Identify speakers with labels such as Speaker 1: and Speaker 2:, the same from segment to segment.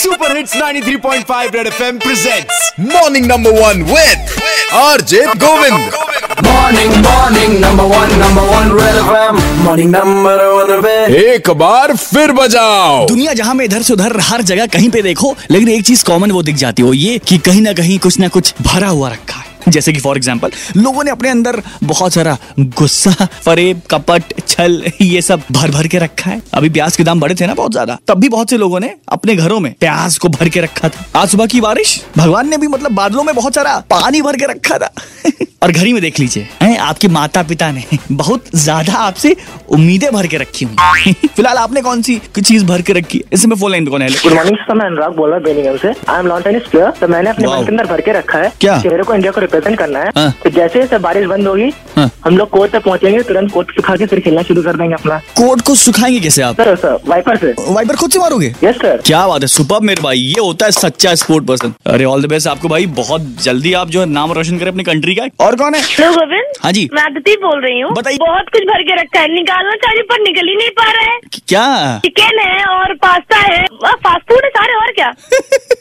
Speaker 1: Super hits 93.5 red FM presents morning number one with RJ Govind
Speaker 2: Morning, morning, number one, number one, Red FM. Morning, number one, Red.
Speaker 1: एक बार फिर बजाओ
Speaker 3: दुनिया जहां में इधर से उधर हर जगह कहीं पे देखो लेकिन एक चीज कॉमन वो दिख जाती हो ये कि कहीं ना कहीं कुछ ना कुछ भरा हुआ रखा है जैसे कि फॉर एग्जाम्पल लोगों ने अपने अंदर बहुत सारा गुस्सा फरेब कपट छल ये सब भर भर के रखा है अभी प्याज के दाम बढ़े थे ना बहुत ज्यादा तब भी बहुत से लोगों ने अपने घरों में प्याज को भर के रखा था आज सुबह की बारिश भगवान ने भी मतलब बादलों में बहुत सारा पानी भर के रखा था और घर ही में देख लीजिए हैं, आपके माता पिता ने बहुत ज्यादा आपसे उम्मीदें भर के रखी हुई फिलहाल आपने कौन सी चीज भर के रखी है इसमें फोन लाइन पे कौन है हेलो
Speaker 4: गुड मॉर्निंग सर तो मैं अनुराग बोल रहा हूँ बेनिंगम से I am lawn tennis player तो मैंने अपने
Speaker 3: Wow.
Speaker 4: मन के अंदर भर के रखा है
Speaker 3: क्या?
Speaker 4: कि मेरे को इंडिया को रिप्रेजेंट करना है
Speaker 3: हाँ।
Speaker 4: तो जैसे जैसे बारिश बंद होगी
Speaker 3: हाँ।
Speaker 4: हम लोग कोर्ट तक पहुंचेंगे तुरंत कोर्ट सुखा के फिर खेलना शुरू कर देंगे अपना
Speaker 3: कोट को सुखाएंगे कैसे आप
Speaker 4: सर सर वाइपर से
Speaker 3: वाइपर खुद से मारोगे
Speaker 4: यस सर
Speaker 3: क्या बात है सुपर मेरे भाई ये होता है सच्चा स्पोर्ट पर्सन अरे ऑल द बेस्ट आपको भाई बहुत जल्दी आप जो है नाम रोशन करें अपनी कंट्री का और कौन है
Speaker 5: हेलो गोविंद
Speaker 3: हाँ जी।
Speaker 5: मैं आदिति बोल रही हूँ
Speaker 3: बताइए।
Speaker 5: बहुत कुछ भर के रखा है निकालना चाहिए पर निकल ही नहीं पा रहा है
Speaker 3: क्या
Speaker 5: चिकन है और पास्ता है फास्ट फूड है सारे और क्या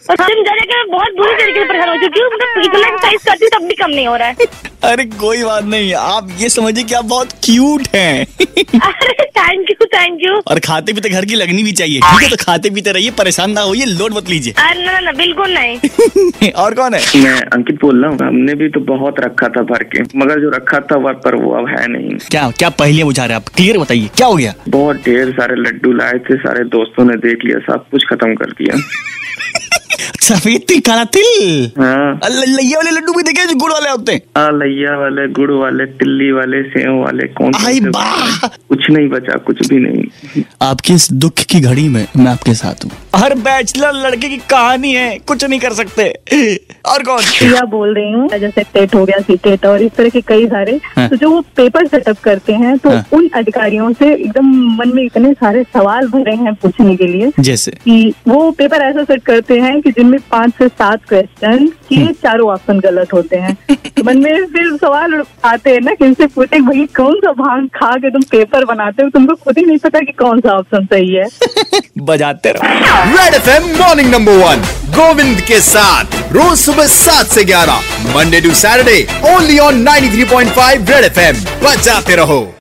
Speaker 5: और जिम जा जाके मैं बहुत बुरी तरीके से परेशान हो चुकी हूँ मतलब इतना एक्सरसाइज करती हूँ तब भी कम नहीं हो रहा है
Speaker 3: अरे कोई बात नहीं आप ये समझिए कि आप बहुत क्यूट हैं
Speaker 5: अरे थैंक यू थैंक यू
Speaker 3: और खाते पीते घर की लगनी भी चाहिए ठीक है तो खाते पीते रहिए परेशान ना होइए लोड मत लीजिए
Speaker 5: अरे ना ना बिल्कुल नहीं
Speaker 3: और कौन है
Speaker 6: मैं अंकित बोल रहा हूँ हमने भी तो बहुत रखा था भर के मगर जो रखा था वह पर वो अब है नहीं
Speaker 3: क्या क्या पहले बुझा रहे हैं आप क्लियर बताइए क्या हो गया
Speaker 6: बहुत ढेर सारे लड्डू लाए थे सारे दोस्तों ने देख लिया सब कुछ खत्म कर दिया
Speaker 3: सफेद तिल काला तिल
Speaker 6: हाँ
Speaker 3: अल्ल- ये वाले लड्डू भी देखे हैं जो गुड़ वाले होते हैं
Speaker 6: हाँ, लैया वाले गुड़ वाले तिल्ली वाले सेव वाले कौन
Speaker 3: आई
Speaker 6: कौन से
Speaker 3: बा!
Speaker 6: कुछ नहीं बचा कुछ भी नहीं
Speaker 3: आपके इस दुख की घड़ी में मैं आपके साथ हूँ हर बैचलर लड़के की कहानी है कुछ नहीं कर सकते और कौन
Speaker 7: प्रिया बोल रही हूँ जैसे टेट हो गया सीटेट और इस तरह के कई सारे
Speaker 3: हाँ।
Speaker 7: तो जो वो पेपर सेटअप करते हैं तो
Speaker 3: हाँ।
Speaker 7: उन अधिकारियों से एकदम मन में इतने सारे सवाल भरे हैं पूछने के लिए
Speaker 3: जैसे
Speaker 7: कि वो पेपर ऐसा सेट करते हैं कि जिनमें पांच से सात क्वेश्चन के
Speaker 3: हम्म।
Speaker 7: चारों ऑप्शन गलत होते हैं तो मन में फिर सवाल आते हैं ना कि इनसे पूछते हैं, भाई कौन सा भांग खा के तुम पेपर बनाते हो तुमको खुद ही नहीं पता कि कौन सा ऑप्शन सही है
Speaker 3: बजाते रहो
Speaker 1: red FM morning number one Govind के साथ रोज सुबह सात से ग्यारह Monday to Saturday only on 93.5 red FM बजाते रहो